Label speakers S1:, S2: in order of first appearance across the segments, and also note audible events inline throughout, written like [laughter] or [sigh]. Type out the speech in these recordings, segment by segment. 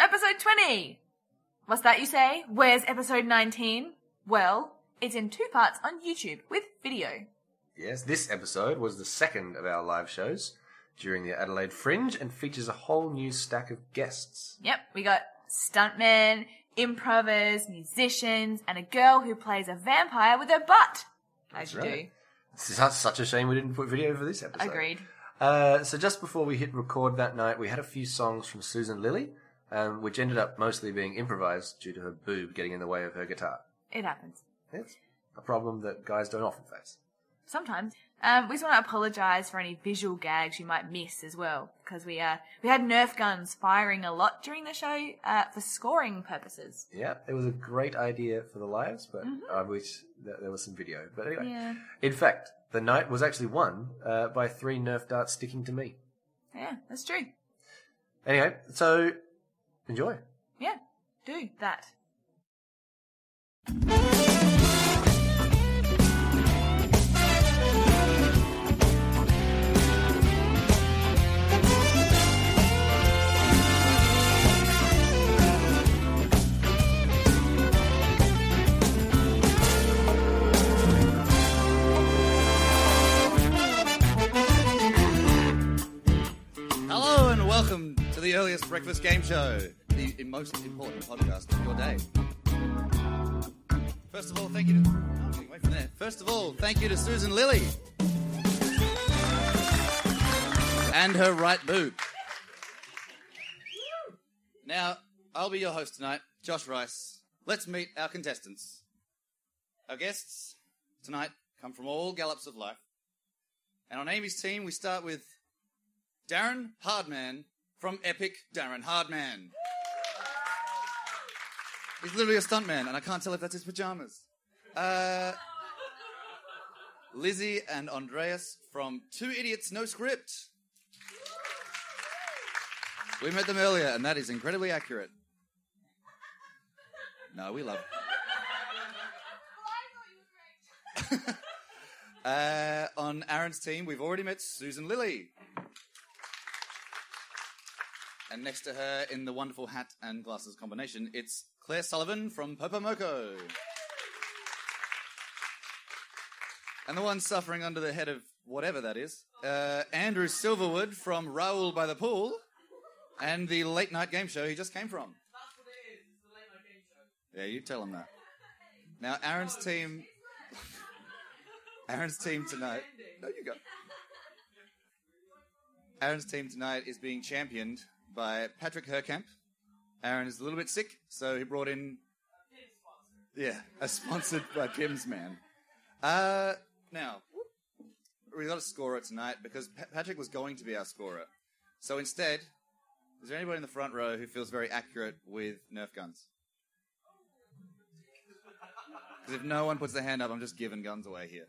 S1: episode 20. What's that you say? Where's episode 19? Well, it's in two parts on YouTube with video.
S2: Yes, this episode was the second of our live shows during the Adelaide Fringe and features a whole new stack of guests.
S1: Yep, we got stuntmen, improvers, musicians, and a girl who plays a vampire with her butt. As
S2: That's
S1: you
S2: right. It's such a shame we didn't put video for this
S1: do.
S2: episode.
S1: Agreed.
S2: Uh, so just before we hit record that night, we had a few songs from Susan Lilly, um, which ended up mostly being improvised due to her boob getting in the way of her guitar.
S1: It happens.
S2: It's a problem that guys don't often face.
S1: Sometimes. Um, we just want to apologise for any visual gags you might miss as well, because we uh, we had Nerf guns firing a lot during the show uh, for scoring purposes.
S2: Yeah, it was a great idea for the lives, but I wish that there was some video. But anyway,
S1: Yeah.
S2: in fact, the night was actually won uh, by three Nerf darts sticking to me.
S1: Yeah, that's true.
S2: Anyway, so enjoy.
S1: Yeah, do that.
S3: Hello and welcome to the earliest breakfast game show, the most important podcast of your day. First of all, thank you to. No, I'm getting away from there. First of all, thank you to Susan Lilly and her right boob. Now, I'll be your host tonight, Josh Rice. Let's meet our contestants. Our guests tonight come from all gallops of life. And on Amy's team, we start with Darren Hardman from Epic Darren Hardman. He's literally a stuntman, and I can't tell if that's his pajamas. Uh, Lizzie and Andreas from Two Idiots No Script. We met them earlier, and that is incredibly accurate. No, we love. Uh, on Aaron's team, we've already met Susan Lilly. And next to her, in the wonderful hat and glasses combination, it's Claire Sullivan from Popomoco. And the one suffering under the head of whatever that is, uh, Andrew Silverwood from Raoul by the Pool, and the late night game show he just came from. Yeah, you tell him that. Now, Aaron's team. Aaron's team tonight. No, you go. Aaron's team tonight is being championed by Patrick Herkamp. Aaron is a little bit sick, so he brought in. Yeah, a sponsored by Pim's man. Uh, now, we got a scorer tonight because Pa- Patrick was going to be our scorer. So instead, is there anybody in the front row who feels very accurate with Nerf guns? Because if no one puts their hand up, I'm just giving guns away here.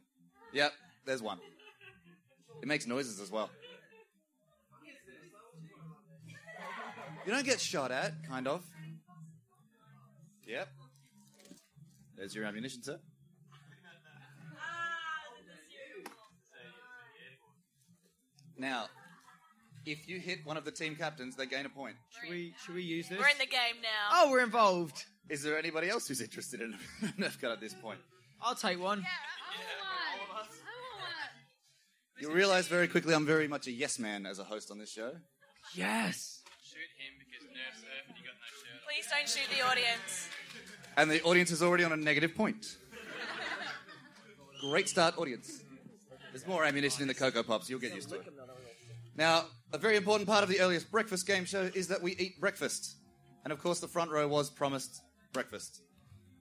S3: Yep, there's one. It makes noises as well. You don't get shot at, kind of. Yep. There's your ammunition, sir. Now, if you hit one of the team captains, they gain a point.
S4: Should we, should we use this?
S1: We're in the game now.
S4: oh, we're involved.
S3: Is there anybody else who's interested in [laughs] a Nerf gun at this point?
S4: I'll take one.
S3: You'll realize very quickly I'm very much a yes man as a host on this show.
S4: Yes.
S5: Shoot him because Nerf's Earth and he got no shirt on.
S1: Please don't shoot the audience.
S3: And the audience is already on a negative point. Great start, audience. There's more ammunition in the Cocoa Pops. You'll get used to it. Now, a very important part of the earliest breakfast game show is that we eat breakfast. And of course, the front row was promised breakfast.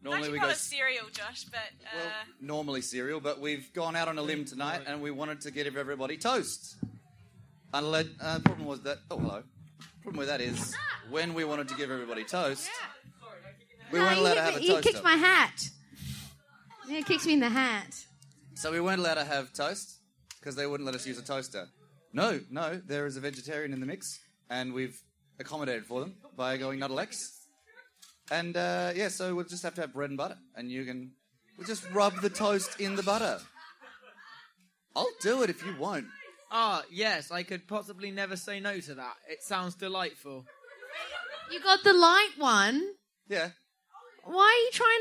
S3: Normally we go.
S1: promised cereal, Josh, but uh,
S3: well, normally cereal, but we've gone out on a limb tonight and we wanted to give everybody toast. Unless, uh, problem was that. Oh, hello. Problem with that is when we wanted to give everybody toast, we weren't allowed to have a
S6: he
S3: toast.
S6: kicked my hat. Yeah, he kicks me in the hat.
S3: So we weren't allowed to have toast because they wouldn't let us use a toaster. No, no, there is a vegetarian in the mix, and we've accommodated for them by going Nutalex. And uh, yeah, so we'll just have to have bread and butter, and you can we'll just rub the toast in the butter. I'll do it if you won't.
S4: Ah, yes, I could possibly never say no to that. It sounds delightful.
S6: You got the light one.
S4: [laughs]
S3: Yeah.
S6: Why are you trying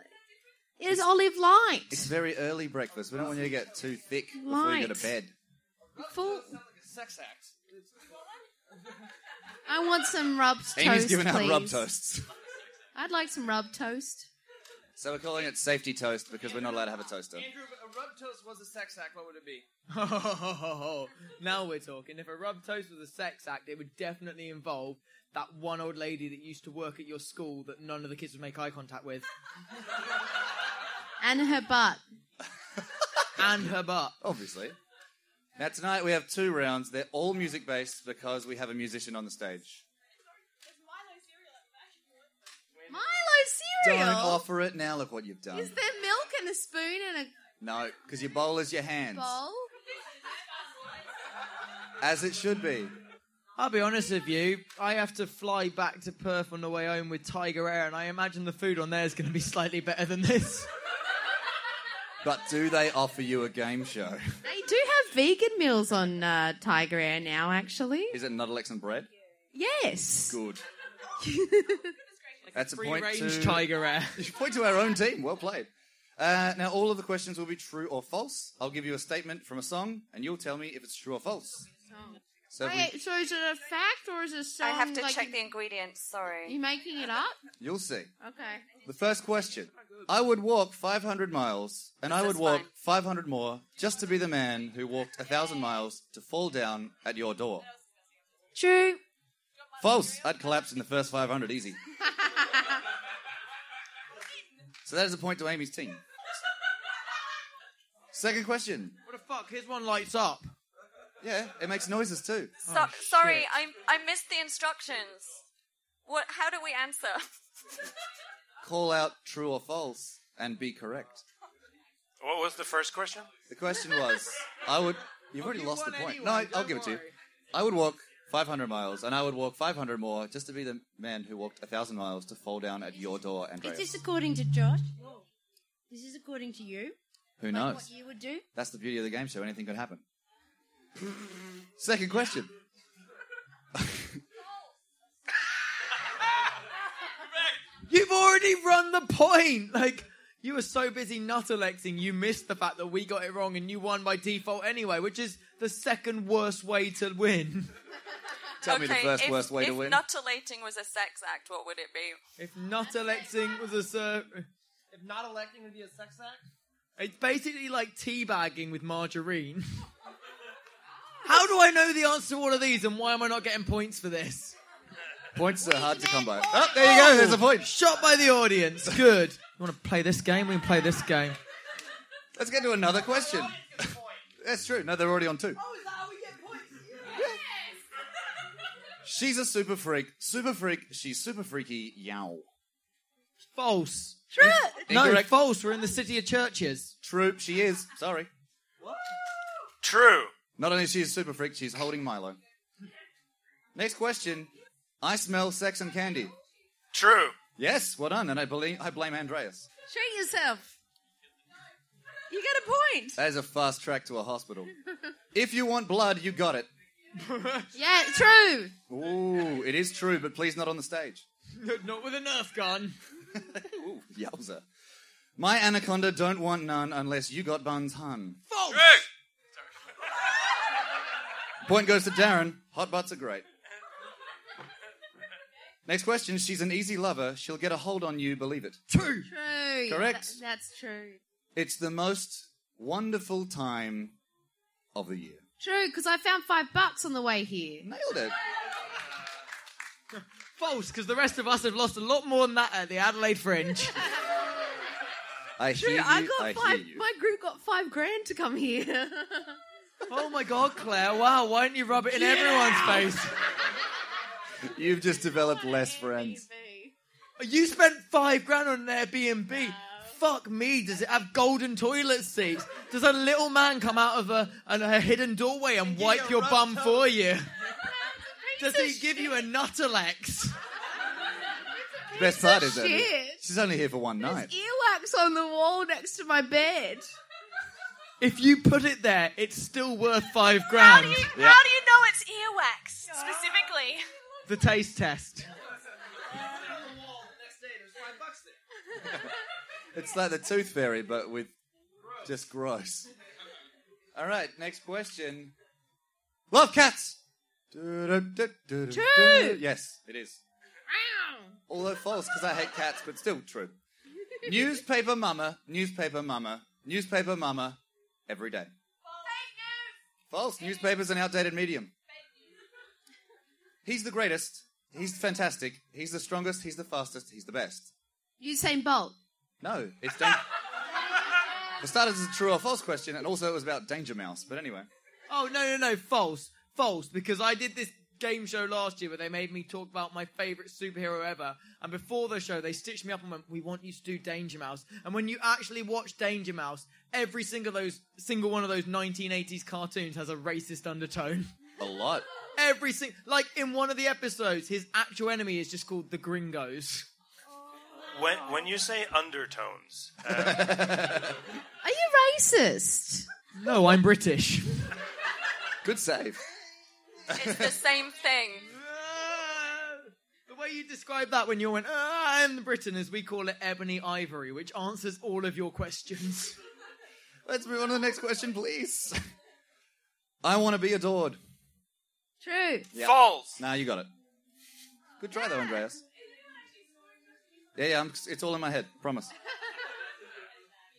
S6: to? It is olive light.
S3: It's very early breakfast. We don't want you to get too thick before you go
S6: Light.
S3: to bed.
S6: Full.
S4: Sex act.
S6: I want some rubbed toast,
S3: Amy's giving
S6: please.
S3: out rub toasts.
S6: I'd like some rub toast.
S3: So we're calling it safety toast because we're not allowed to have a toaster.
S5: Andrew, if a rub toast was a sex act, what would it be?
S4: now we're talking. If a rub toast was a sex act, it would definitely involve that one old lady that used to work at your school that none of the kids would make eye contact with,
S6: And her butt.
S4: and her butt.
S3: Obviously. Now tonight we have two rounds. They're all music based because we have a musician on the stage.
S6: Milo
S3: Don't
S6: cereal.
S3: offer it now. Look what you've done.
S6: Is there milk and a spoon and
S3: No, because your bowl is your hands,
S6: a bowl?
S3: as it should be.
S4: I'll be honest with you. I have to fly back to Perth on the way home with Tiger Air, and I imagine the food on there is going to be slightly better than this. [laughs]
S3: But do they offer you a game show? [laughs]
S6: They do have vegan meals on uh, Tiger Air now, actually.
S3: Is it Nuttalex and bread?
S6: Yes.
S4: [laughs]
S3: Good. That's a
S4: Free
S3: point
S4: range
S3: to [laughs]
S4: Tiger Air.
S3: point to our own team. Well played. Uh, now all of the questions will be true or false. I'll give you a statement from a song, and you'll tell me if it's true or false. So if we-
S6: Wait, so is it a fact or is it a song?
S7: I have to
S6: like
S7: check
S6: you,
S7: the ingredients, sorry.
S6: You're making it up?
S3: you'll see.
S6: Okay.
S3: The first question. I would walk 500 miles, and I would
S7: That's
S3: walk
S7: fine.
S3: 500 more just to be the man who walked 1,000 miles to fall down at your door.
S6: True.
S3: False. I'd collapse in the first 500 easy. so that is a point to Amy's team. Second question.
S4: What the fuck? Here's one lights up.
S3: Yeah, it makes noises too.
S7: So-
S4: Oh,
S7: sorry,
S4: shit.
S7: I I missed the instructions. What? How do we answer?
S3: Call out true or false and be correct.
S8: What was the first question?
S3: The question was, I would. You've already
S4: you
S3: lost the
S4: won
S3: point.
S4: anyway,
S3: no, I, I'll
S4: don't
S3: give it to you.
S4: worry.
S3: I would walk 500 miles, and I would walk 500 more just to be the man who walked 1,000 miles to fall down at your door, Andreas.
S9: Is this according to Josh? Is this according to you?
S3: who
S9: Like
S3: knows?
S9: what you would do?
S3: That's the beauty of the game show. Anything could happen. Second question.
S4: You've already run the point. Like you were so busy not electing, you missed the fact that we got it wrong and you won by default anyway, which is the second worst way to win.
S3: [laughs]
S4: [laughs]
S3: Tell me the first
S7: if,
S3: worst way
S7: if
S3: to win.
S7: nutulating was a sex act, what would it be?
S4: If not electing was a ser- if not electing would be a sex act, it's basically like teabagging with margarine. [laughs] How do I know the answer to all of these, and why am I not getting points for this?
S3: Points are hard to come by. Oh, there you go. There's a point.
S4: Shot by the audience. Good. You want to play this game? We can play this game.
S3: Let's get to another question. [laughs] That's true. No, they're already on two.
S4: [laughs] Oh, is that how we get points?
S3: She's a super freak. Super freak. She's super freaky. Yow.
S4: False.
S6: True.
S4: No,
S3: Incorrect.
S4: false. We're in the city of churches.
S3: True. She is. Sorry.
S8: True.
S3: Not only is she a super freak, she's holding Milo. Next question. I smell sex and candy.
S8: True.
S3: Yes, well done, and I believe I blame Andreas.
S6: Treat yourself. You got a point.
S3: That is a fast track to a hospital. if you want blood, you got it. [laughs]
S6: Yeah, true.
S3: Ooh, it is true, but please not on the stage.
S4: [laughs] Not with a
S3: [laughs]
S4: Nerf gun.
S3: Ooh, yowza. My anaconda don't want none unless you got buns hun.
S4: False.
S3: Point goes to Darren. Hot butts are great. Next question. She's an easy lover. She'll get a hold on you, believe it.
S4: Two.
S6: True.
S3: Correct.
S6: Tha- that's true.
S3: It's the most wonderful time of the year.
S6: True, because I found five bucks on the way here.
S3: Nailed it.
S4: False, because the rest of us have lost a lot more than that at the Adelaide Fringe.
S3: I hear
S6: True,
S3: you.
S6: I got
S3: hear
S6: five.
S3: you.
S6: My group got five grand to come here. [laughs]
S4: oh my God, Claire! Wow, why don't you rub it in everyone's face?
S3: You've just developed less friends.
S4: You spent five grand on an Airbnb. Fuck me! Does it have golden toilet seats? Does a little man come out of a, an- a hidden doorway and wipe your bum for you? Does he give you a Nutalex?
S3: The best part is that
S6: shit.
S3: she's only here for one night.
S6: Earwax on the wall next to my bed.
S4: If you put it there, it's still worth five grand.
S1: [laughs] How do you know it's earwax specifically?
S4: The taste test.
S5: disgusting.
S3: It's like the tooth fairy, but with just gross. All right, next question. Love cats. True. Yes, it is. Although false, because I hate cats, but still true. Newspaper mama, newspaper mama, newspaper mama, every day. False. Newspaper's an outdated medium. He's the greatest. He's fantastic. He's the strongest. He's the fastest. He's the best.
S6: Usain Bolt.
S3: No, it's dan- [laughs] for starters, it's a true or false question, and also it was about Danger Mouse. But anyway,
S4: Oh no no no! False, false. Because I did this game show last year where they made me talk about my favorite superhero ever, and before the show they stitched me up and went, "We want you to do Danger Mouse." And when you actually watch Danger Mouse, every single those single one of those 1980s cartoons has a racist undertone.
S3: [laughs] a lot.
S4: Every single like in one of the episodes, his actual enemy is just called the Gringos.
S8: When when you say undertones, uh,
S3: [laughs]
S6: Are you racist?
S4: No, I'm [laughs] British.
S3: Good save.
S7: It's the same thing.
S4: The way you described that when you went, ah, I'm Britain, as we call it ebony ivory, which answers all of your questions.
S3: [laughs] Let's move on to the next question, please. I want to be adored.
S6: True.
S8: false.
S3: Nah, you got it. Good try though, Andreas. Yeah, yeah, I'm, it's all in my head. Promise.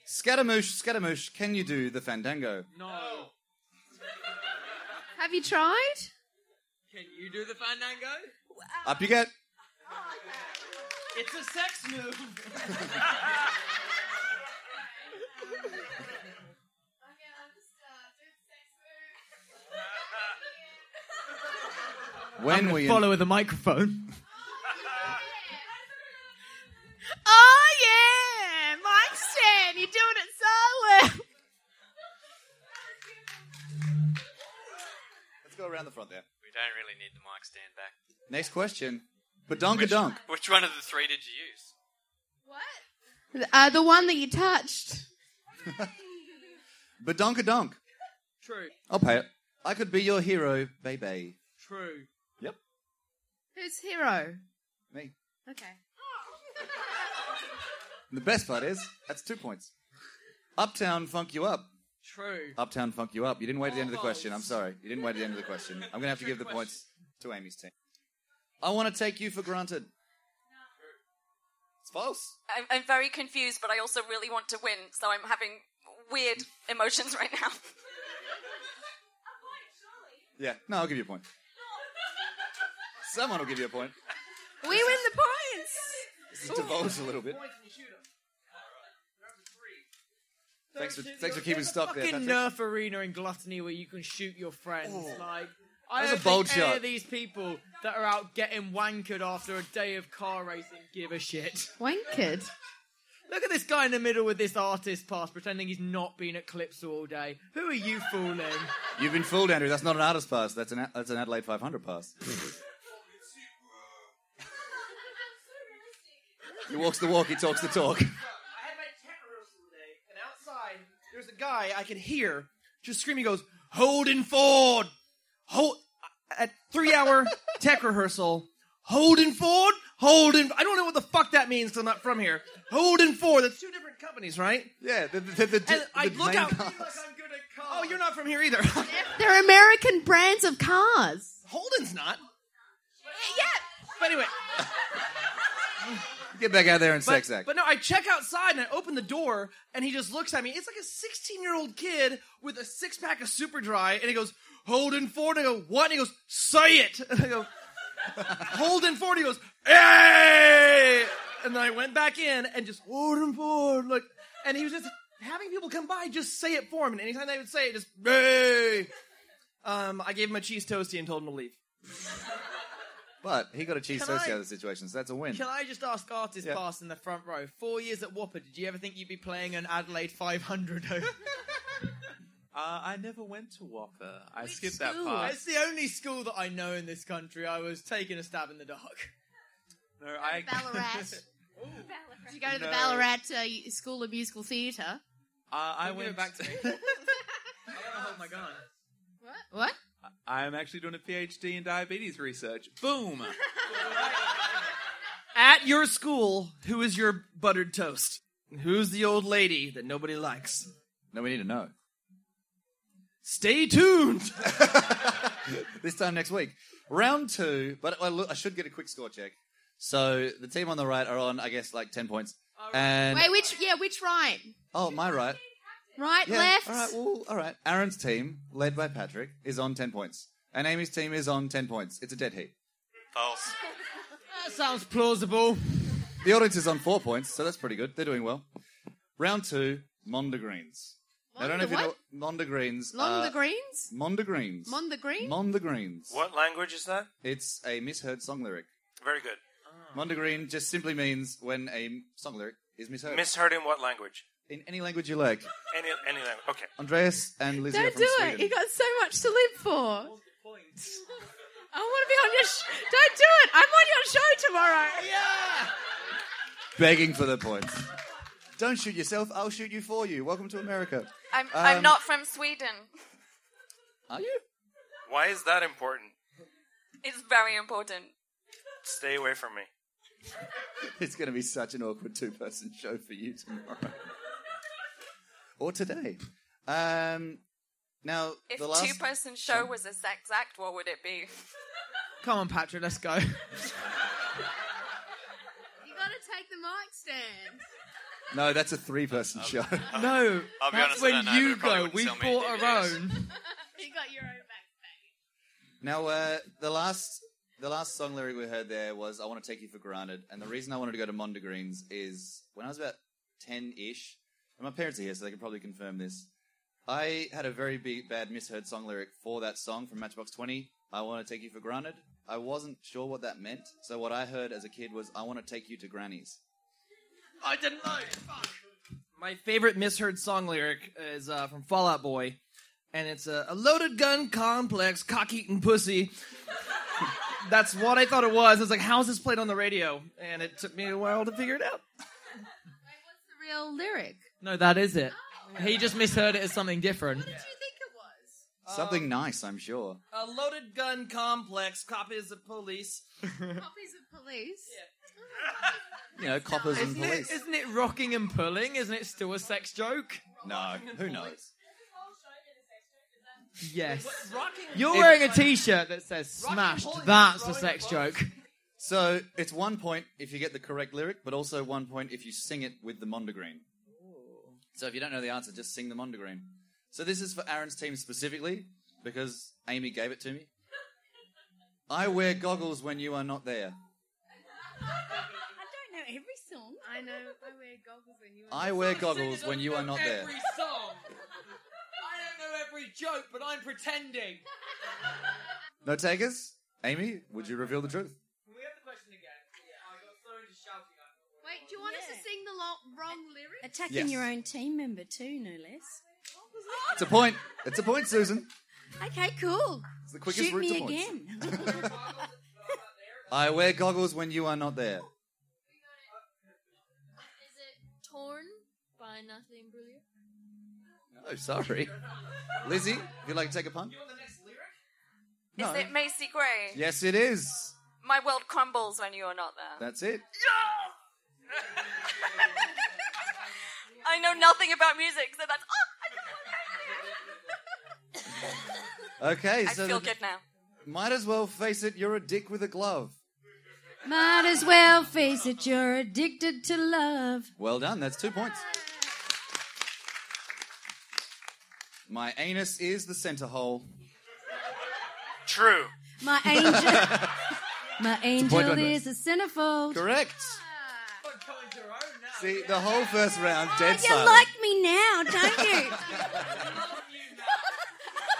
S3: Scaramouche, Scaramouche, can you do the fandango?
S4: No.
S6: Have you tried?
S4: Can you do the fandango?
S3: Up you get.
S4: It's a sex move.
S3: When we
S4: Follow with a microphone.
S6: Oh yeah, Mike Stan, you're doing it so well.
S3: Let's go around the front there.
S5: We don't really need the mic stand back.
S3: Next question. Badonka donk.
S5: Which one of the three did you use?
S6: Uh, the one that you touched.
S3: Badonka donk.
S4: True.
S3: I'll pay it. I could be your hero, baby.
S4: True.
S3: Yep.
S6: Who's hero?
S3: Me.
S6: Okay. [laughs]
S3: And the best part is, that's two points. Uptown funk you up.
S4: True.
S3: Uptown funk you up. You didn't wait at the end of the question.
S5: Oh.
S3: I'm sorry. You didn't wait at the end of the question. I'm going to have to give the
S5: [laughs]
S3: points to Amy's team. I want to take you for granted. [laughs] It's false.
S7: I'm, I'm very confused, but I also really want to win, so I'm having weird emotions right now. [laughs]
S3: Yeah. No, I'll give you a point. Someone will give you a point.
S6: We win the points.
S3: This has divulged a little bit. Thanks for, thanks for keeping stock there.
S4: Fucking
S3: Patrick.
S4: Nerf arena in Gluttony where you can shoot your friends. Like, I
S3: That's
S4: don't
S3: a bold
S4: think any
S3: shot.
S4: of these people that are out getting wankered after a day of car racing give a shit.
S6: Wankered.
S4: [laughs] Look at this guy in the middle with this artist pass pretending he's not been at Clips all day. Who are you fooling?
S3: You've been fooled, Andrew. That's not an artist pass. That's an that's an Adelaide 500
S5: [laughs]
S3: pass. [laughs] he walks the walk. He talks the
S5: [laughs]
S3: talk.
S5: I had my tent rehearsal today, and outside [laughs] there's a guy I could hear just screaming. He goes, "Holden Ford, hold!" At three-hour tech rehearsal, Holden Ford, Holden. I don't know what the fuck that means because I'm not from here. Holden Ford. That's two different companies, right?
S3: Yeah. The, the, the, the,
S5: And I
S3: the
S5: look
S3: name
S5: out. [laughs]
S3: pass.
S5: Oh, you're not from here either.
S6: They're American brands of cars.
S5: [laughs] Holden's not.
S6: Yeah.
S5: But anyway,
S3: Get back out there and
S5: but,
S3: sex act.
S5: but no, I check outside and I open the door, and he just looks at me. It's like a 16 year old kid with a six pack of Super Dry, and he goes, Holden Ford. And I go, What? And he goes, Say it. [laughs] And I go, Holden Ford. He goes, Hey! And then I went back in and just, Holden Ford. Like, and he was just having people come by just say it for him. And anytime they would say it, just, Hey! Um, I gave him a cheese toastie and told him to leave.
S3: But he got a cheese
S4: Can
S3: toastie
S4: I-
S3: out of the situation, so that's a win.
S4: Can I just ask artist
S3: Yeah.
S4: pass in the front row? Four years at Whopper, did you ever think you'd be playing an Adelaide 500?
S10: Uh, I never went to Whopper. I skipped that
S6: school?
S10: part.
S4: it's the only school that I know in this country. I was taking a stab in the dark.
S10: No, I
S6: Ballarat.
S10: [laughs]
S6: Did you go to the
S10: No.
S6: Ballarat uh, y- School of Musical
S3: [laughs]
S6: Theatre?
S10: Uh, I
S4: Don't give
S10: went
S4: it back to me.
S10: [laughs]
S4: Oh my god.
S6: What? What?
S10: I'm actually doing a PhD in diabetes research. Boom.
S5: [laughs] At your school, who is your buttered toast? Who's the old lady that nobody likes?
S3: No, we need to know.
S5: Stay tuned.
S3: [laughs] this time next week. Round two, but I, look, I should get a quick score check. So the team on the right are on, I guess, like 10 points. And
S6: Wait, which? Yeah, which right?
S3: Oh, my right.
S6: Right,
S3: Yeah,
S6: left.
S3: All right, well, all right. Aaron's team, led by Patrick, is on 10 points. And Amy's team is on 10 points. It's a dead heat.
S8: False.
S6: Uh,
S4: That sounds plausible.
S3: The audience is on four points, so that's pretty good. They're doing well. Round two, Mondegreens. I don't know if you know
S6: what?
S3: Mondegreens.
S6: Long
S3: are-
S6: the greens.
S3: Mondegreens.
S6: Mon the green.
S3: Mondegreens.
S8: What language is that?
S3: It's a misheard song lyric.
S8: Very good.
S3: Mondegreen just simply means when a song lyric is misheard.
S8: Misheard in what language?
S3: in any language you like.
S8: Any any language? Okay.
S3: Andreas and Lizzie are
S6: don't
S3: from
S6: do
S3: Sweden.
S6: it. You got so much to live for. [laughs] I want to be on your. Sh- don't do it. I'm on your show tomorrow.
S3: Begging for the points. Don't shoot yourself, I'll shoot you for you. Welcome to America.
S7: I'm, I'm
S3: Um,
S7: not from Sweden.
S3: Are you?
S8: Why is that important?
S7: It's very important.
S8: Stay away from me.
S3: It's going to be such an awkward two person show for you tomorrow. [laughs] or today. Um, now,
S7: If
S3: the last.
S7: two person show was a sex act, what would
S3: [laughs]
S7: it be?
S4: Come on, Patrick, let's go.
S6: You gotta take the mic stand.
S3: no, that's a three person show.
S4: No,
S11: I'll be
S4: that's
S11: honest, I
S4: when
S11: don't know.
S4: you
S11: They probably
S4: go.
S11: wouldn't
S4: We've
S11: sell me
S4: bought
S11: [laughs]
S4: our
S11: DVDs.
S4: own.
S6: you got your own back.
S3: Now, uh, the last the last song lyric we heard there was "I want to take you for granted," and the reason I wanted to go to Mondegreens is when I was about ten ish, and my parents are here, so they can probably confirm this. I had a very big, bad misheard song lyric for that song from Matchbox Twenty. I want to take you for granted. I wasn't sure what that meant, so what I heard as a kid was "I want to take you to granny's."
S5: I didn't know. Fuck. My favorite misheard song lyric is uh, from Fallout Boy, and it's uh, a loaded gun complex cock eating pussy. [laughs] That's what I thought it was. I was like, "How is this played on the radio?" And it took me a while to figure it out.
S6: What's the real lyric?
S4: No, that is it. He just misheard it as something different.
S6: What do you think it was?
S3: Something nice, I'm sure.
S5: A loaded gun complex copies of police.
S6: Copies of police.
S3: You know, coppers and
S4: Isn't it,
S3: police.
S4: isn't it rocking and pulling? Isn't it still a sex joke?
S3: No, who knows?
S4: Yes.
S5: Rocking.
S4: You're
S3: If-
S4: wearing a T-shirt that says
S5: Rocking and pulling
S4: "smashed."
S5: is
S4: That's a
S5: throwing
S4: sex
S5: a
S4: joke.
S3: So it's one point if you get the correct lyric, but also one point if you sing it with the Mondegreen. So if you don't know the answer, just sing the Mondegreen. So this is for Aaron's team specifically because Amy gave it to me. I wear goggles when you are not there.
S6: I don't know every song. I know. I wear goggles when you.
S3: I wear goggles when you are not there.
S4: song. I don't know every joke, but I'm pretending.
S3: No takers? Amy, would you reveal the truth?
S5: we have the question again? I got thrown into shouting.
S6: Wait, do you want us to sing the lo- wrong lyric?
S9: Attacking
S3: Yes.
S9: your own team member too, no less.
S3: It's a point. It's a point, Susan.
S9: Okay, cool.
S3: It's the quickest
S9: Shoot
S3: route
S9: me
S3: to points.
S9: again.
S6: [laughs]
S3: I wear goggles when you are not there.
S12: Is it torn by nothing brilliant?
S3: Oh, sorry. [laughs] Lizzie, would you like to take a punt? No.
S7: Is it Macy Gray?
S3: Yes, it is.
S7: My world crumbles when you are not there.
S3: That's it.
S7: [laughs] I know nothing about music, so that's. Oh, I don't know
S3: Okay,
S7: I
S3: so
S7: feel
S3: the-
S7: good now.
S3: might as well face it, you're a dick with a glove.
S9: Might as well face it, you're addicted to love.
S3: Well done, that's two points. My anus is the center hole.
S8: True.
S3: [laughs]
S9: My angel, my
S3: point
S9: angel
S3: on
S9: is a centerfold.
S3: Correct. See, the whole first round,
S7: Oh,
S3: dead
S9: You
S3: silent.
S9: like me now, don't you?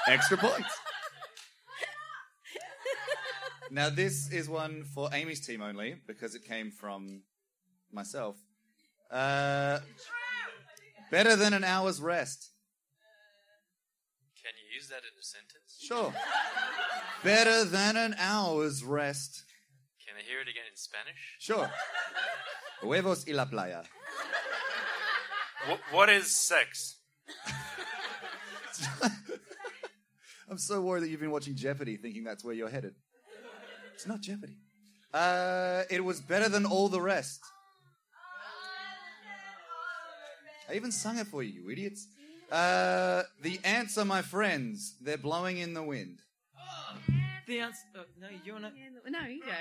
S3: [laughs] Extra points. now, this is one for Amy's team only because it came from myself. Uh, better than an hour's rest.
S11: Can you use that in a sentence?
S3: Sure. better than an hour's rest.
S11: Can I hear it again in Spanish?
S3: Sure. Huevos y la playa.
S8: Wh- what is
S3: [laughs]
S8: sex?
S3: I'm so worried that you've been watching Jeopardy thinking that's where you're headed. It's not Jeopardy. Uh, it was better than all the rest. I even sung it for you, you idiots. Uh, the ants are my friends. They're blowing in the wind.
S4: The answer. Oh, no, you're not.
S6: No, you go.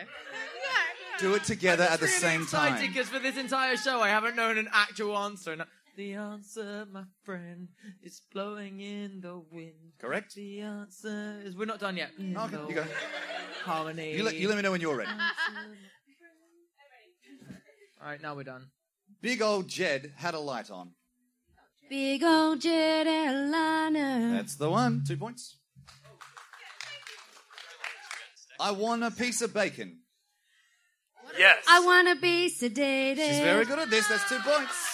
S3: Do it together at the same
S4: Excited
S3: time.
S4: because for this entire show I haven't known an actual answer. And I- the answer, my friend, is blowing in the wind.
S3: Correct.
S4: The answer is we're not done yet. Okay,
S3: you go.
S4: Harmony.
S3: You let, you let me know when you're ready.
S4: All right, now we're done.
S3: Big old Jed had a light on.
S9: Big old jet airliner.
S3: That's the one. Two points. I want a piece of bacon.
S8: Yes.
S9: I wanna be sedated.
S3: She's very good at this. That's two points.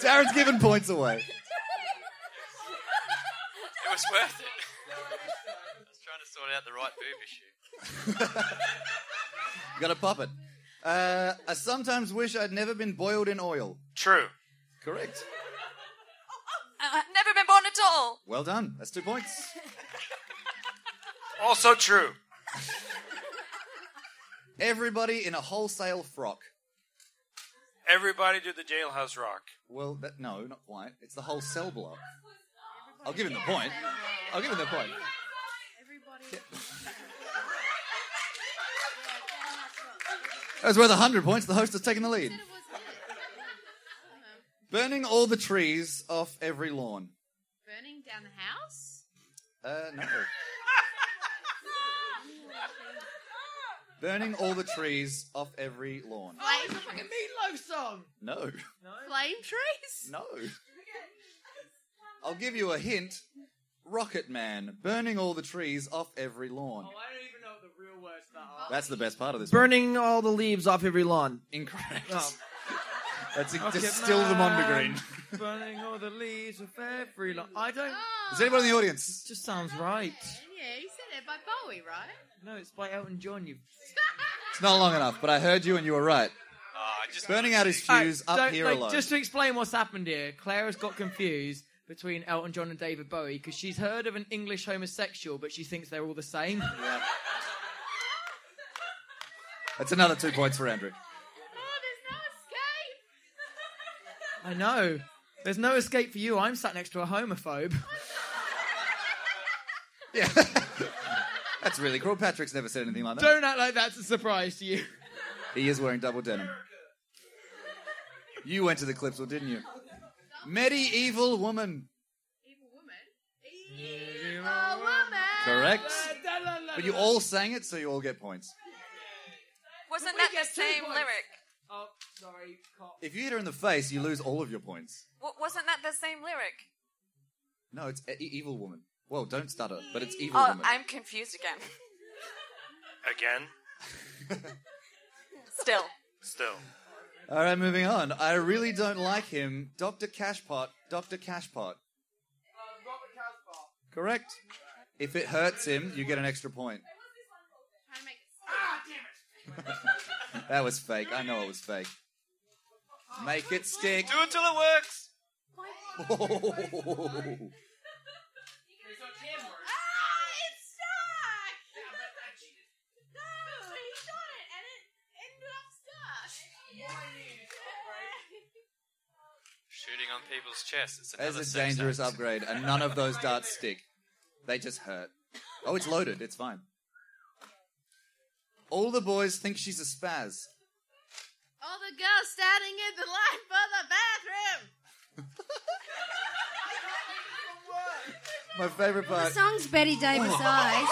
S3: Darren's giving points away. [laughs]
S11: It was worth it. I was trying to sort out the right boob issue.
S3: Got a puppet. Uh, I sometimes wish I'd never been boiled in oil.
S8: True.
S3: Correct.
S7: I- I've never been born at all.
S3: Well done. That's two points.
S8: Also true.
S3: Everybody in a wholesale frock.
S8: Everybody do the jailhouse rock.
S3: Well, that, no, not quite. It's the whole cell block. I'll give him the point. I'll give him the point. That was worth 100 points. The host has taken the lead. [laughs] Burning all the trees off every lawn.
S6: [laughs] Burning down
S3: [laughs]
S6: the house?
S3: Uh, no. Burning all the trees off every lawn.
S6: Flame oh, fucking meatloaf song.
S3: No.
S6: Flame trees?
S3: No. [laughs] I'll give you a hint. Rocket Man, burning all the trees off every lawn. That's the best part of this.
S5: [laughs] Burning all the leaves off every lawn.
S3: Incorrect.
S5: Oh.
S3: That's it.
S5: Rocket
S3: Just still them on the
S5: Man,
S3: green.
S5: burning all the leaves of every lawn. I don't.
S3: Is anybody in the audience?
S5: Just sounds right.
S6: Yeah, he said it by Bowie, right?
S4: No, it's by Elton John. You.
S3: It's not long enough, but I heard you and you were right. burning out his fuse
S4: All right,
S3: up
S4: so,
S3: here
S4: like,
S3: alone.
S4: Just to explain what's happened here, Clara's got confused between Elton John and David Bowie because she's heard of an English homosexual, but she thinks they're all the same.
S3: That's another two points for Andrew.
S4: I know. There's no escape for you. I'm sat next to a homophobe.
S3: That's really cruel. Patrick's never said anything like that.
S4: Don't act like that's a surprise to you.
S3: He is wearing double denim. You went to the clips, well, didn't you? Medieval woman.
S6: A woman.
S3: Correct.
S5: Uh,
S3: But you all sang it, so you all get points.
S7: Wasn't
S6: We
S7: that the
S6: get two
S7: same
S6: points.
S7: lyric?
S4: Oh, sorry. Cop.
S3: If you hit her in the face, you lose all of your points.
S7: W- wasn't that the same lyric?
S3: No, it's e- evil woman. Well, don't stutter, but it's evil
S7: oh,
S3: woman.
S7: I'm confused again.
S8: Again?
S7: Still.
S8: Still.
S3: All right, moving on. I really don't like him. Dr. Cashpot. Dr. Cashpot. Correct. If it hurts him, you get an extra point.
S6: Ah,
S3: That was fake. I know it was fake. Make it stick.
S11: Do it till it works.
S3: [laughs] Oh.
S7: Ah,
S11: Shooting on people's chests. It's
S3: That's
S11: another
S3: a
S11: sex
S3: dangerous
S11: act.
S3: upgrade, and none of those darts stick. They just hurt. Oh, it's loaded. It's fine. All the boys think she's a spaz. [laughs]
S6: All the girls standing in the line for the bathroom.
S3: My favorite
S9: The
S3: part.
S9: song's Betty Davis Eyes.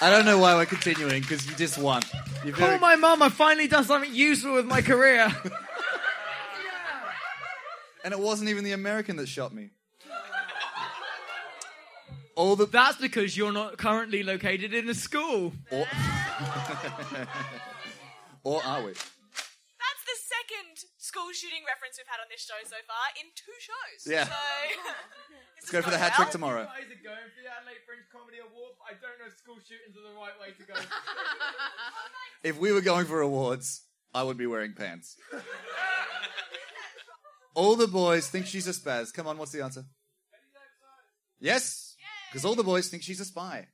S3: I don't know why we're continuing because you just won. You
S4: Call
S3: very
S4: Oh, my mum. I finally done something useful with
S3: [laughs]
S4: my career.
S3: And it wasn't even the American that shot me.
S4: all the. That's because you're not currently located in a school.
S3: Or, [laughs] or are we?
S1: That's the second school shooting reference we've had on this show so far in two shows.
S3: Yeah.
S1: So, [laughs]
S3: Let's go for the hat trick tomorrow.
S4: guys are going for the Adelaide Fringe Comedy Award. I don't know if school shootings are the right way to go.
S3: If we were going for awards, I would be wearing pants. All the boys think she's a spaz. Come on, what's the answer? Yes, because all the boys think she's a spy.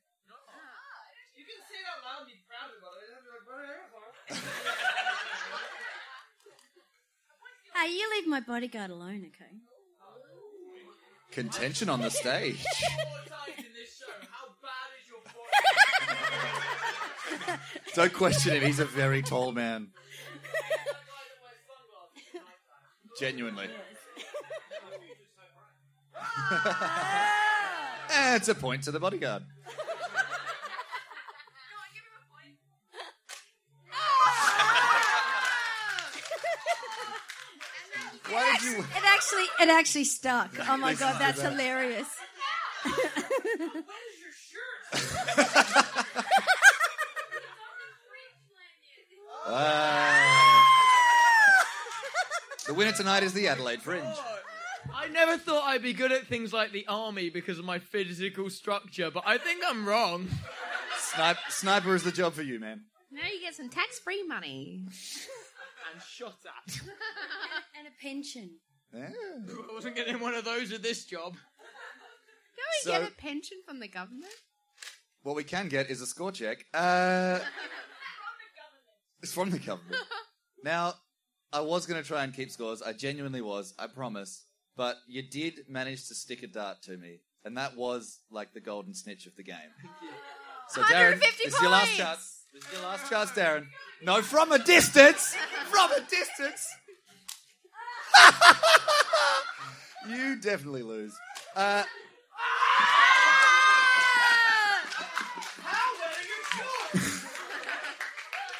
S5: You can say it out loud and be proud about it.
S9: Hey, you leave my bodyguard alone, okay?
S3: Contention on the stage. Don't question him. He's a very tall man. Genuinely. Eh, it's a point to the bodyguard.
S9: Why did you? It actually, it actually stuck. Oh my
S3: Listen
S9: god,
S3: to
S9: that's
S3: that.
S9: hilarious. [laughs]
S3: Uh, The winner tonight is [laughs] the Adelaide Fringe.
S4: Oh, I never thought I'd be good at things like the army because of my physical structure, but I think I'm wrong.
S3: Snipe, sniper is the job for you, man.
S13: Now you get some tax-free money.
S4: And shot at.
S9: [laughs] and a pension.
S4: I wasn't getting one of those with this job.
S13: Can we
S3: So-
S13: get a pension from the government? [laughs]
S3: What we can get is a score check. Uh, it's from the government. Now, I was going to try and keep scores. I genuinely was. I promise. But you did manage to stick a dart to me, and that was like the golden snitch of the game. So, Darren,
S13: 150
S3: this is your last
S13: points!
S3: chance. This is your last chance, Darren. No, from a distance. [laughs] From a distance. You definitely lose. Uh,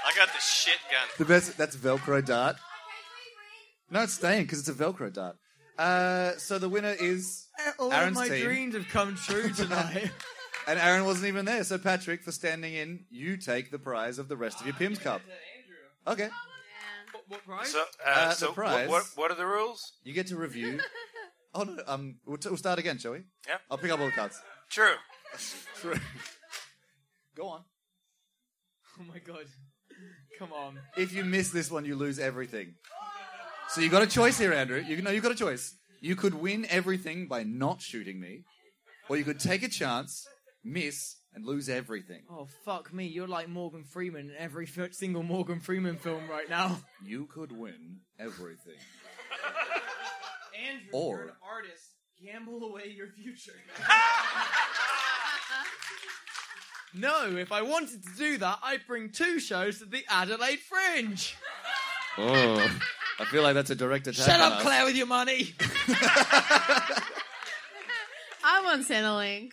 S11: I got the shit gun.
S3: the best. That's Velcro dart. No, it's staying because it's a Velcro dart. Uh, so the winner is
S4: All
S3: Aaron's
S4: of my
S3: team.
S4: dreams have
S3: [laughs]
S4: come true tonight.
S3: And Aaron wasn't even there, so Patrick, for standing in, you take the prize of the rest of your Pim's Cup. Okay.
S8: So, uh,
S3: Uh,
S8: so
S3: the prize.
S8: What, what, what are the rules?
S3: You get to review. Oh no, um, we'll, t- we'll start again, shall we?
S8: Yeah.
S3: I'll pick up all the cards.
S8: True.
S3: True. Go on.
S4: oh my god. Come on.
S3: If you miss this one, you lose everything. So you got a choice here, Andrew. You know you got a choice. You could win everything by not shooting me, or you could take a chance, miss, and lose everything.
S4: Oh fuck me, you're like Morgan Freeman in every f- single Morgan Freeman film right now.
S3: You could win everything.
S5: Andrew,
S3: Or-
S5: you're an artist. Gamble away your future.
S3: [laughs]
S4: No, if I wanted to do that, I'd bring two shows to the Adelaide Fringe.
S3: Oh, I feel like that's a direct attack.
S4: Shut
S3: on
S4: up,
S3: us.
S4: Claire, with your money. [laughs]
S13: I want Centrelink.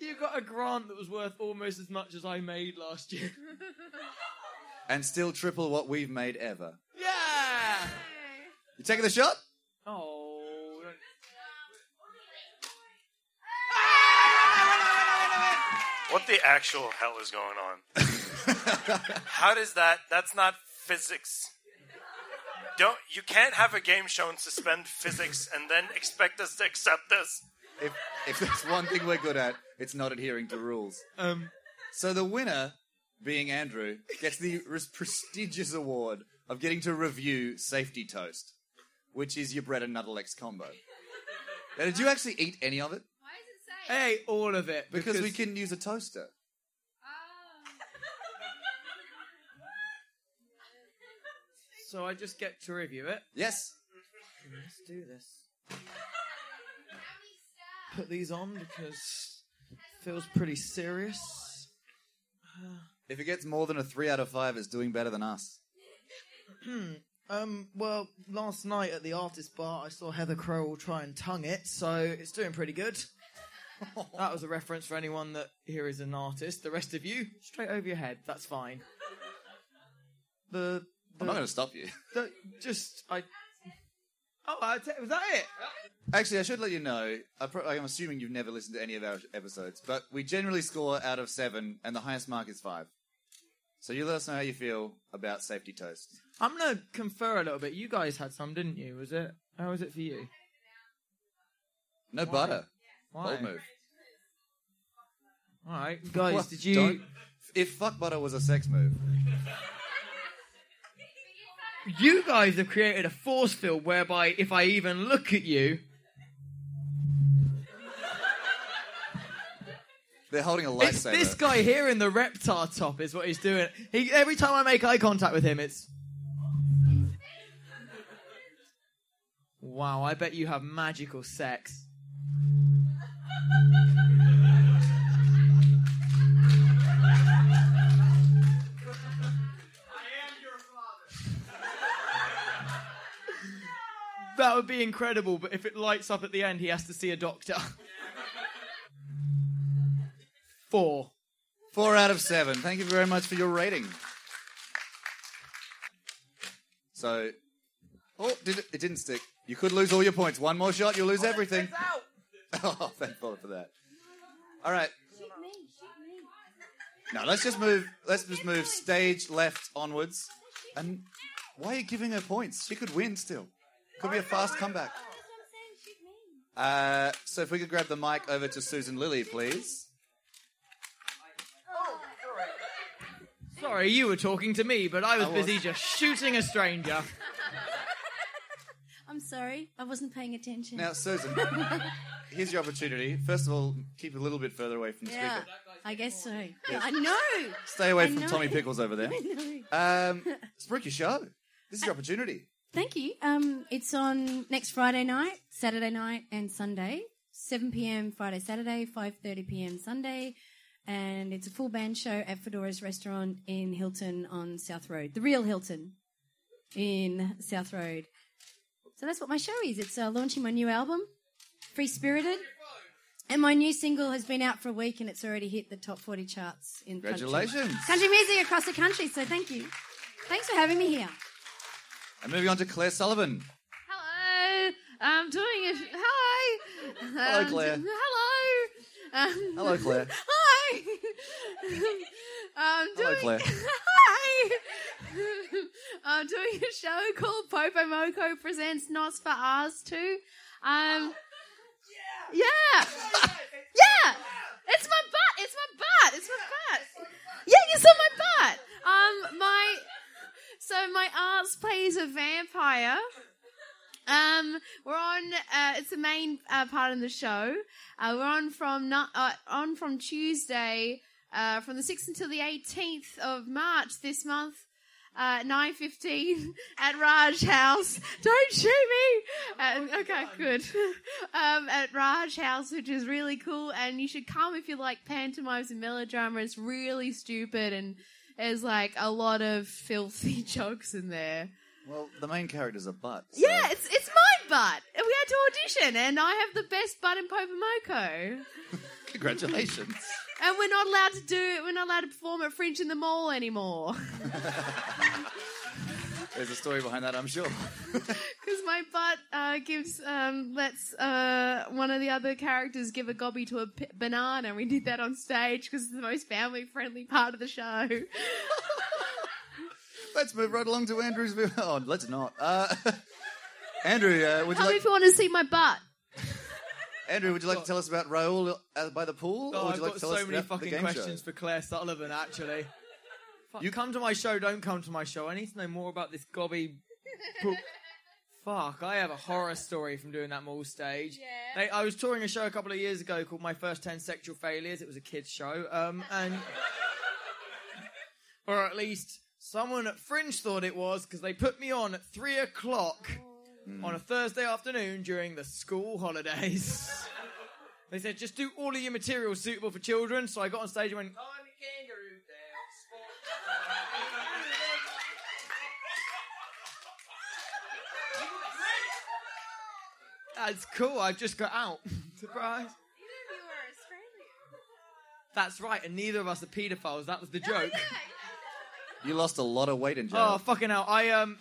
S4: You got a grant that was worth almost as much as I made last year. [laughs]
S3: And still triple what we've made ever.
S4: Yeah.
S3: You taking the shot?
S4: Oh. don't-
S8: What the actual hell is going on?
S3: [laughs]
S8: How does that? That's not physics. Don't you can't have a game show and suspend physics and then expect us to accept this.
S3: If if there's one thing we're good at, it's not adhering to rules.
S4: Um.
S3: So the winner, being Andrew, gets the res- prestigious award of getting to review Safety Toast, which is your bread and Nuttalex combo. Now, did you actually eat any of it?
S4: Hey, all of it
S3: Because, we couldn't use a toaster.
S4: So I just get to review it.
S3: Yes.
S4: Let's do this. Put these on because it feels pretty serious.
S3: If it gets more than a three out of five, it's doing better than us.
S4: um. Well, last night at the artist bar, I saw Heather Crowell try and tongue it, so it's doing pretty good. that was a reference for anyone that here is an artist. The rest of you, straight over your head. That's fine. The,
S3: I'm not going to stop you.
S4: the just I. Oh, I t- was that it?
S3: Actually, I should let you know. I pro- I'm assuming you've never listened to any of our episodes, but we generally score out of seven, and the highest mark is five. So you let us know how you feel about safety toast.
S4: I'm gonna confer a little bit. You guys had some, didn't you? Was it? How was it for you?
S3: No
S4: Why?
S3: butter.
S4: Why?
S3: Bold move.
S4: All right, guys.
S3: Well,
S4: did you?
S3: don't- If fuck butter was a sex move,
S4: you guys have created a force field whereby if I even look at you,
S3: They're holding a
S4: it's
S3: lightsaber.
S4: this guy here in the reptar top is what he's doing. He, every time I make eye contact with him, it's. Wow, I bet you have magical sex. That would be incredible, but if it lights up at the end, he has to see a doctor. [laughs] Four.
S3: Four out of seven. Thank you very much for your rating. So, oh, did it, it didn't stick. You could lose all your points. One more shot, you'll lose everything. [laughs] Oh, thank God for that. All right. Now let's just move. Let's just move stage left onwards. And why are you giving her points? She could win still. Could be a fast comeback. Uh, so if we could grab the mic over to Susan Lilly, please.
S8: [laughs]
S4: Sorry, you were talking to me, but I was,
S3: I was.
S4: busy just shooting a stranger.
S9: I'm sorry, I wasn't paying attention.
S3: Now,
S9: [laughs]
S3: Susan, here's your opportunity. First of all, keep a little bit further away from the
S9: yeah,
S3: speaker.
S9: I guess so.
S3: Yes.
S9: I know.
S3: Stay away
S9: I
S3: from
S9: know.
S3: Tommy Pickles over there.
S9: [laughs] I know.
S3: Um, it's Brookie Show. This is your opportunity.
S9: Thank you. Um, it's on next Friday night, Saturday night, and Sunday. 7 p.m. Friday, Saturday, 5:30 p.m. Sunday, and it's a full band show at Fedora's Restaurant in Hilton on South Road, the real Hilton in South Road. So that's what my show is. It's uh, launching my new album, Free Spirited, and my new single has been out for a week and it's already hit the top 40 charts in country-
S3: Congratulations.
S9: country music across the country. So thank you. Thanks for having me here.
S3: And moving on to Claire Sullivan.
S13: Hello. I'm doing a. Hello.
S3: Hello,
S13: Um,
S3: Claire.
S13: hello. Um,
S3: Hello, Claire.
S13: Hi. I'm doing.
S3: Hello, Claire.
S13: Hi. I'm doing a show called Popo Moco Presents Knots for Ours Too. Um. Yeah. Yeah. yeah. It's my butt. It's my butt. It's my butt. Yeah, you saw my butt. Um, my. So my aunt plays a vampire. Um, we're on. Uh, it's the main uh, part of the show. Uh, we're on from nu- uh, on from Tuesday, uh, from the sixth until the eighteenth of March this month. Uh, nine fifteen [laughs] at Raj House. Don't shoot me. Uh, okay, good. [laughs] Um, at Raj House, which is really cool, and you should come if you like pantomimes and melodrama. It's really stupid, and there's like a lot of filthy [laughs] jokes in there.
S3: Well, the main character's a butt.
S13: Yeah, it's it's my butt. And We had to audition, and I have the best butt in Popomoco.
S3: Congratulations.
S13: And we're not allowed to do it. We're not allowed to perform at Fringe in the Mall anymore [laughs]
S3: There's a story behind that, I'm sure.
S13: because my butt uh, gives um, lets uh, one of the other characters give a gobby to a p- banana. and We did that on stage because it's the most family friendly part of the show.
S3: Let's move right along to Andrew's. [laughs] Oh, let's not. Uh, [laughs] Andrew, uh, would you
S13: Come
S3: like
S13: if you want to see my butt.
S3: Andrew, would you like to tell us about Raoul uh, by the pool?
S4: Oh,
S3: or would
S4: I've
S3: you like
S4: got
S3: to tell us
S4: so many
S3: about the
S4: fucking
S3: game
S4: questions for Claire Sullivan, actually. You come to my show, don't come to my show. I need to know more about this gobby. poop. Fuck, I have a horror story from doing that mall stage. Yeah. I was touring a show a couple of years ago called My First 10 Sexual Failures. It was a kids' show. Um, and. or at least someone at Fringe thought it was because they put me on at 3 o'clock on a Thursday afternoon during the school holidays. [laughs] they said, just do all of your material suitable for children. So I got on stage and went, That's cool. I've just got out. [laughs] Surprise. That's right, and neither of us are paedophiles. That was the joke.
S3: show? You lost a lot of weight in jail.
S4: Oh fucking hell! I um.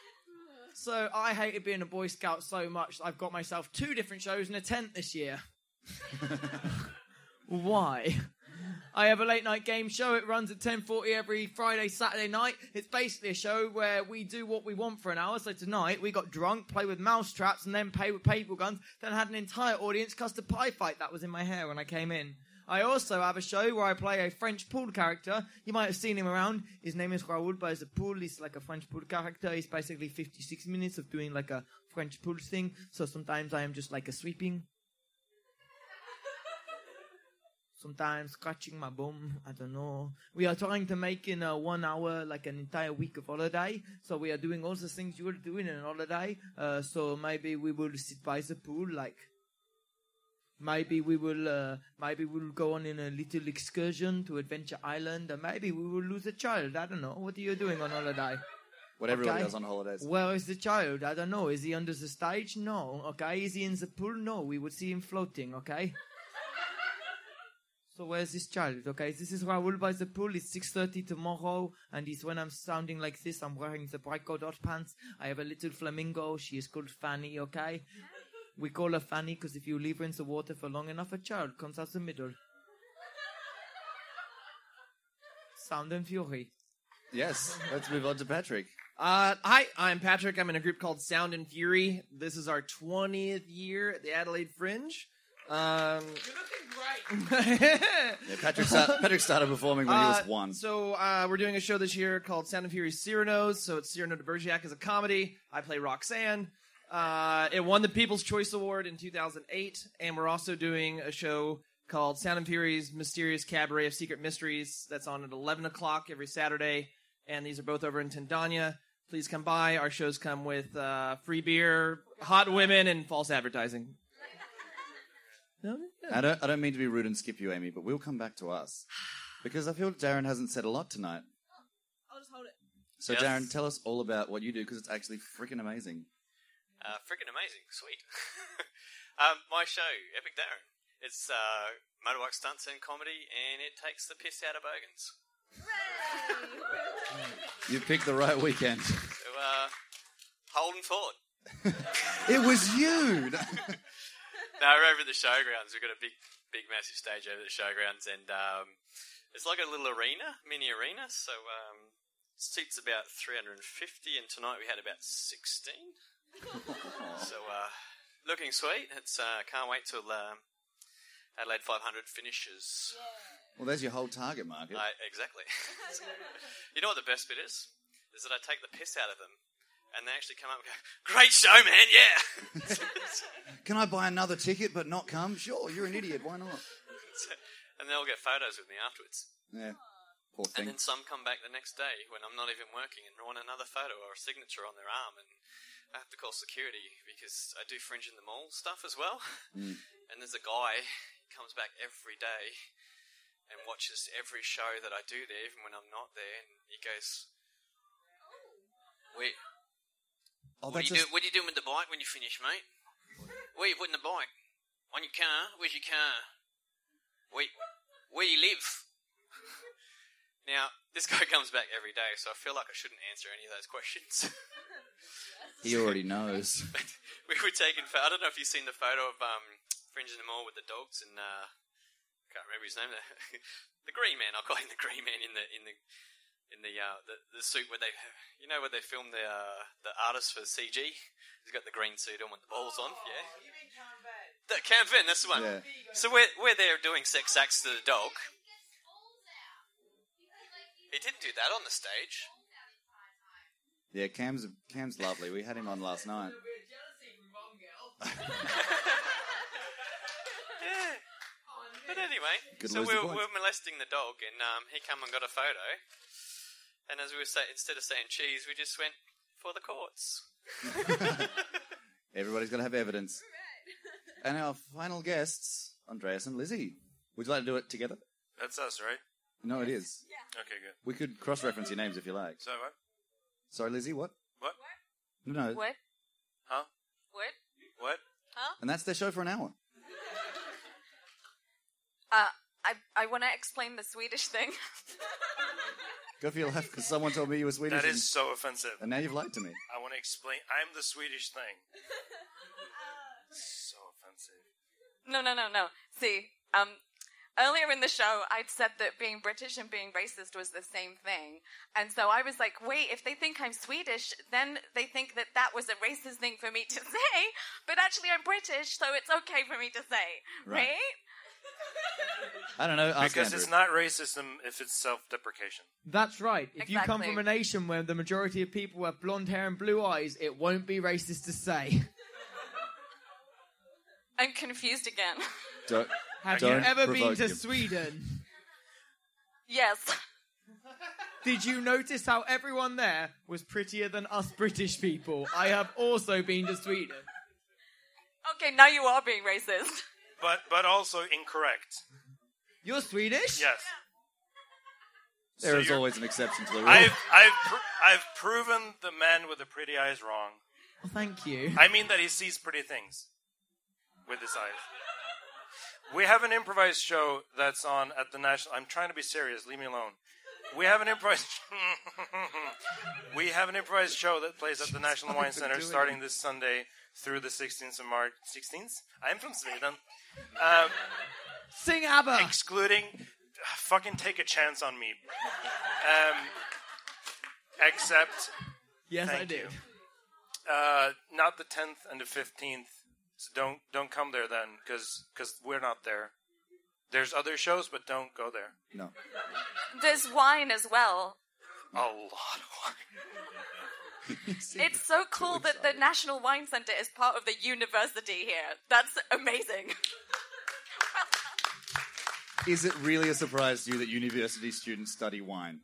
S4: [laughs] so I hated being a Boy Scout so much. I've got myself two different shows in a tent this year. Why? I have a late night game show. It runs at ten forty every Friday, Saturday night. It's basically a show where we do what we want for an hour. So tonight we got drunk, played with mouse traps, and then played with paintball guns. Then had an entire audience custard pie fight. That was in my hair when I came in. I also have a show where I play a French pool character. You might have seen him around. His name is Raoul but he's a pool. He's like a French pool character. He's basically 56 minutes of doing like a French pool thing. So sometimes I am just like a sweeping. Sometimes scratching my bum. I don't know. We are trying to make in a one hour like an entire week of holiday. So we are doing all the things you will do in an holiday. Uh, so maybe we will sit by the pool like Maybe we will, uh, maybe we'll go on in a little excursion to Adventure Island, and maybe we will lose a child. I don't know. What are you doing on holiday?
S3: What everyone does on holidays.
S4: Where is the child? I don't know. Is he under the stage? No. Okay. Is he in the pool? No. We would see him floating. Okay. so where's this child? Okay. This is Raoul by the pool. It's six thirty tomorrow, and it's when I'm sounding like this. I'm wearing the Brico dot pants. I have a little flamingo. She is called Fanny. Okay. We call her Fanny because if you leave her in the water for long enough, a child comes out the middle. Sound and fury. [laughs]
S3: Yes, let's move on to Patrick.
S5: Uh, hi, I'm Patrick. I'm in a group called Sound and Fury. This is our 20th year at the Adelaide Fringe. Um, You're [laughs] looking great.
S3: Yeah, Patrick,
S4: [laughs]
S3: sta- Patrick started performing when he was
S5: Uh,
S3: one.
S5: So uh, we're doing a show this year called Sound and Fury Cyrano's. So it's Cyrano de Bergerac as a comedy. I play Roxanne. Uh, it won the People's Choice Award in 2008, and we're also doing a show called Sound and Fury's Mysterious Cabaret of Secret Mysteries. That's on at 11 o'clock every Saturday, and these are both over in Tendanya. Please come by. Our shows come with uh, free beer, hot women, and false advertising.
S3: I don't, I don't mean to be rude and skip you, Amy, but we'll come back to
S4: [sighs]
S3: us. Because I feel Darren hasn't said a lot tonight.
S11: I'll just hold it.
S3: So,
S11: Yes.
S3: Darren, tell us all about what you do because it's actually freaking amazing.
S11: Uh, freaking amazing. Sweet. [laughs] um, my show, Epic Darren. It's uh, motorbike stunts and comedy, and it takes the piss out of bogans.
S3: You picked the right weekend. [laughs]
S11: So, uh, Holden Ford.
S3: it was
S4: [laughs]
S3: you! [laughs]
S11: [laughs] no, we're over at the showgrounds. We've got a big, big, massive stage over at the showgrounds, and um, it's like a little arena, mini arena. So um, seats about 350, and tonight we had about 16. so uh, looking sweet. It's uh, can't wait till um Adelaide 500 finishes.
S3: well, there's your whole target market.
S11: I, exactly. [laughs] you know what the best bit is? Is that I take the piss out of them, and they actually come up and go, "Great show, man! Yeah." [laughs]
S3: Can I buy another ticket but not come? Sure, you're an idiot. Why not?
S11: So- and they'll get photos with me afterwards.
S3: Yeah. Poor
S11: And
S3: thing.
S11: then some come back the next day when I'm not even working and want another photo or a signature on their arm, and I have to call security because I do fringe in the mall stuff as well. [laughs]
S3: Mm.
S11: And there's a guy who comes back every day and watches every show that I do there, even when I'm not there, and he goes, "Wait,
S3: [laughs] Oh,
S11: what,
S3: that's
S11: do you do, what are you doing with the bike when you finish, mate? Where you putting the bike? On your car? Where's your car? Where, where you live? [laughs] now, this guy comes back every day, so I feel like I shouldn't answer any of those questions. [laughs]
S3: He already knows.
S11: we were taking, pho- I don't know if you've seen the photo of um, Fringe in the Mall with the dogs and, uh, I can't remember his name, the, [laughs] the Green Man, I'll call him the Green Man in the, in the, in the, uh, the, the suit where they, you know, where they filmed the, uh, the artist for CG? He's got the green suit on with the balls on, yeah. That Cam Finn, that's the one.
S3: Yeah.
S11: So we're, we're there doing sex acts to the dog. He didn't do that on the stage.
S3: Yeah, Cam's Cam's lovely. We had him on
S8: [laughs]
S3: last night.
S11: Yeah. But anyway,
S3: Could
S11: so
S3: lose
S11: we
S3: the
S11: were,
S3: point.
S11: we were molesting the dog, and um, he come and got a photo. And as we were saying, instead of saying cheese, we just went for the courts.
S3: Everybody's got to have evidence. And our final guests, Andreas and Lizzie. Would you like to do it together?
S8: That's us, right?
S3: No, it is.
S8: Okay, good.
S3: We could cross-reference your names if you like.
S8: So what?
S3: Sorry, Lizzie. What?
S8: What?
S3: No.
S12: What?
S8: Huh?
S12: What?
S8: What?
S12: Huh?
S3: And that's their show for an hour.
S7: Uh, I, I want to explain the Swedish thing. [laughs]
S3: Go for your life, because someone told me you were Swedish.
S8: That
S3: and-
S8: is so offensive.
S3: And now you've lied to me.
S8: I want to explain. I'm the Swedish thing. so offensive. [laughs]
S7: No, no, no, no. See, um, earlier in the show, I'd said that being British and being racist was the same thing. And so I was like, wait, if they think I'm Swedish, then they think that that was a racist thing for me to [laughs] say. But actually, I'm British, so it's okay for me to say,
S3: Right.
S7: right?
S3: [laughs] I don't know. Ask
S8: because
S3: Andrew.
S8: it's not racism if it's self-deprecation.
S4: That's right. If you come
S8: Exactly.
S4: from a nation where the majority of people have blonde hair and blue eyes, it won't be racist to say. [laughs]
S7: I'm confused again.
S3: Don't,
S4: Have
S3: don't
S4: you ever been
S3: provoke
S4: to
S3: him.
S4: Sweden?
S7: yes.
S4: Did you notice how everyone there was prettier than us British people? I have also been to Sweden.
S7: Okay, now you are being racist.
S8: But but also incorrect.
S4: You're Swedish?
S8: Yes.
S3: There
S8: So
S3: is
S8: you're-
S3: always an exception to the rule.
S8: I've I've pr- I've proven the man with the pretty eyes wrong.
S4: Well, thank you.
S8: I mean that he sees pretty things with his eyes. We have an improvised show that's on at the national. I'm trying to be serious. Leave me alone. We have an improvised. we have an improvised show that plays at the National Wine Center starting this Sunday through the 16th of March. 16th? I'm from Sweden. Um,
S4: Sing ABBA.
S8: Excluding, fucking take a chance on me. Um, except.
S4: Yes, I
S8: Thank
S4: do.
S8: you. Uh, not the 10th and the 15th. So don't don't come there then, because we're not there. There's other shows, but don't go there.
S3: No.
S7: There's wine as
S3: [laughs]
S7: well.
S8: A lot of wine.
S7: It's so cool that the National Wine Center is part of the university here. That's amazing. [laughs]
S3: Is it really a surprise to you that university students study wine?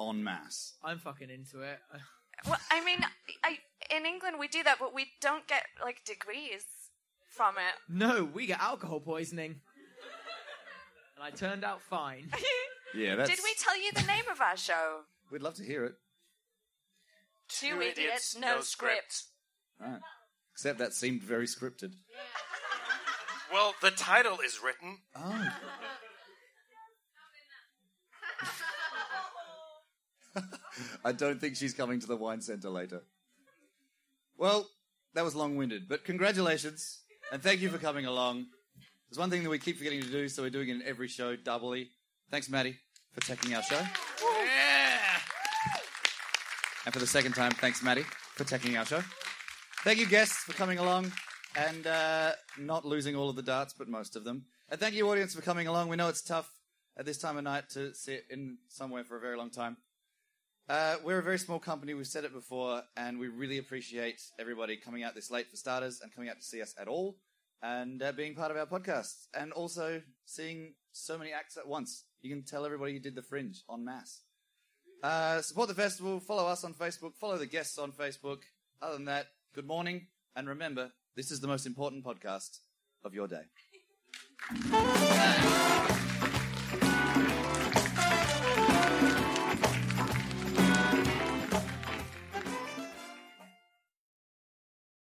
S3: En masse.
S4: I'm fucking into it.
S7: Well, I mean, I, in England we do that, but we don't get like degrees from it.
S4: No, we get alcohol poisoning. And I turned out fine.
S3: Yeah, that's.
S7: Did we tell you the name of our show?
S3: We'd love to hear it.
S7: Two, idiots, no, script.
S3: All right. Except that seemed very scripted.
S8: Well, the title is written.
S3: Oh. I don't think she's coming to the wine center later. Well, that was long winded, but congratulations and thank you for coming along. There's one thing that we keep forgetting to do, so we're doing it in every show doubly. Thanks, Maddie, for taking our show. And for the second time, thanks, Maddie, for taking our show. Thank you, guests, for coming along and uh, not losing all of the darts, but most of them. And thank you, audience, for coming along. We know it's tough at this time of night to sit in somewhere for a very long time. Uh, we're a very small company. We've said it before, and we really appreciate everybody coming out this late for starters and coming out to see us at all and uh, being part of our podcast and also seeing so many acts at once. You can tell everybody you did the fringe en masse. Uh, support the festival. Follow us on Facebook. Follow the guests on Facebook. Other than that, good morning. And remember, this is the most important podcast of your day.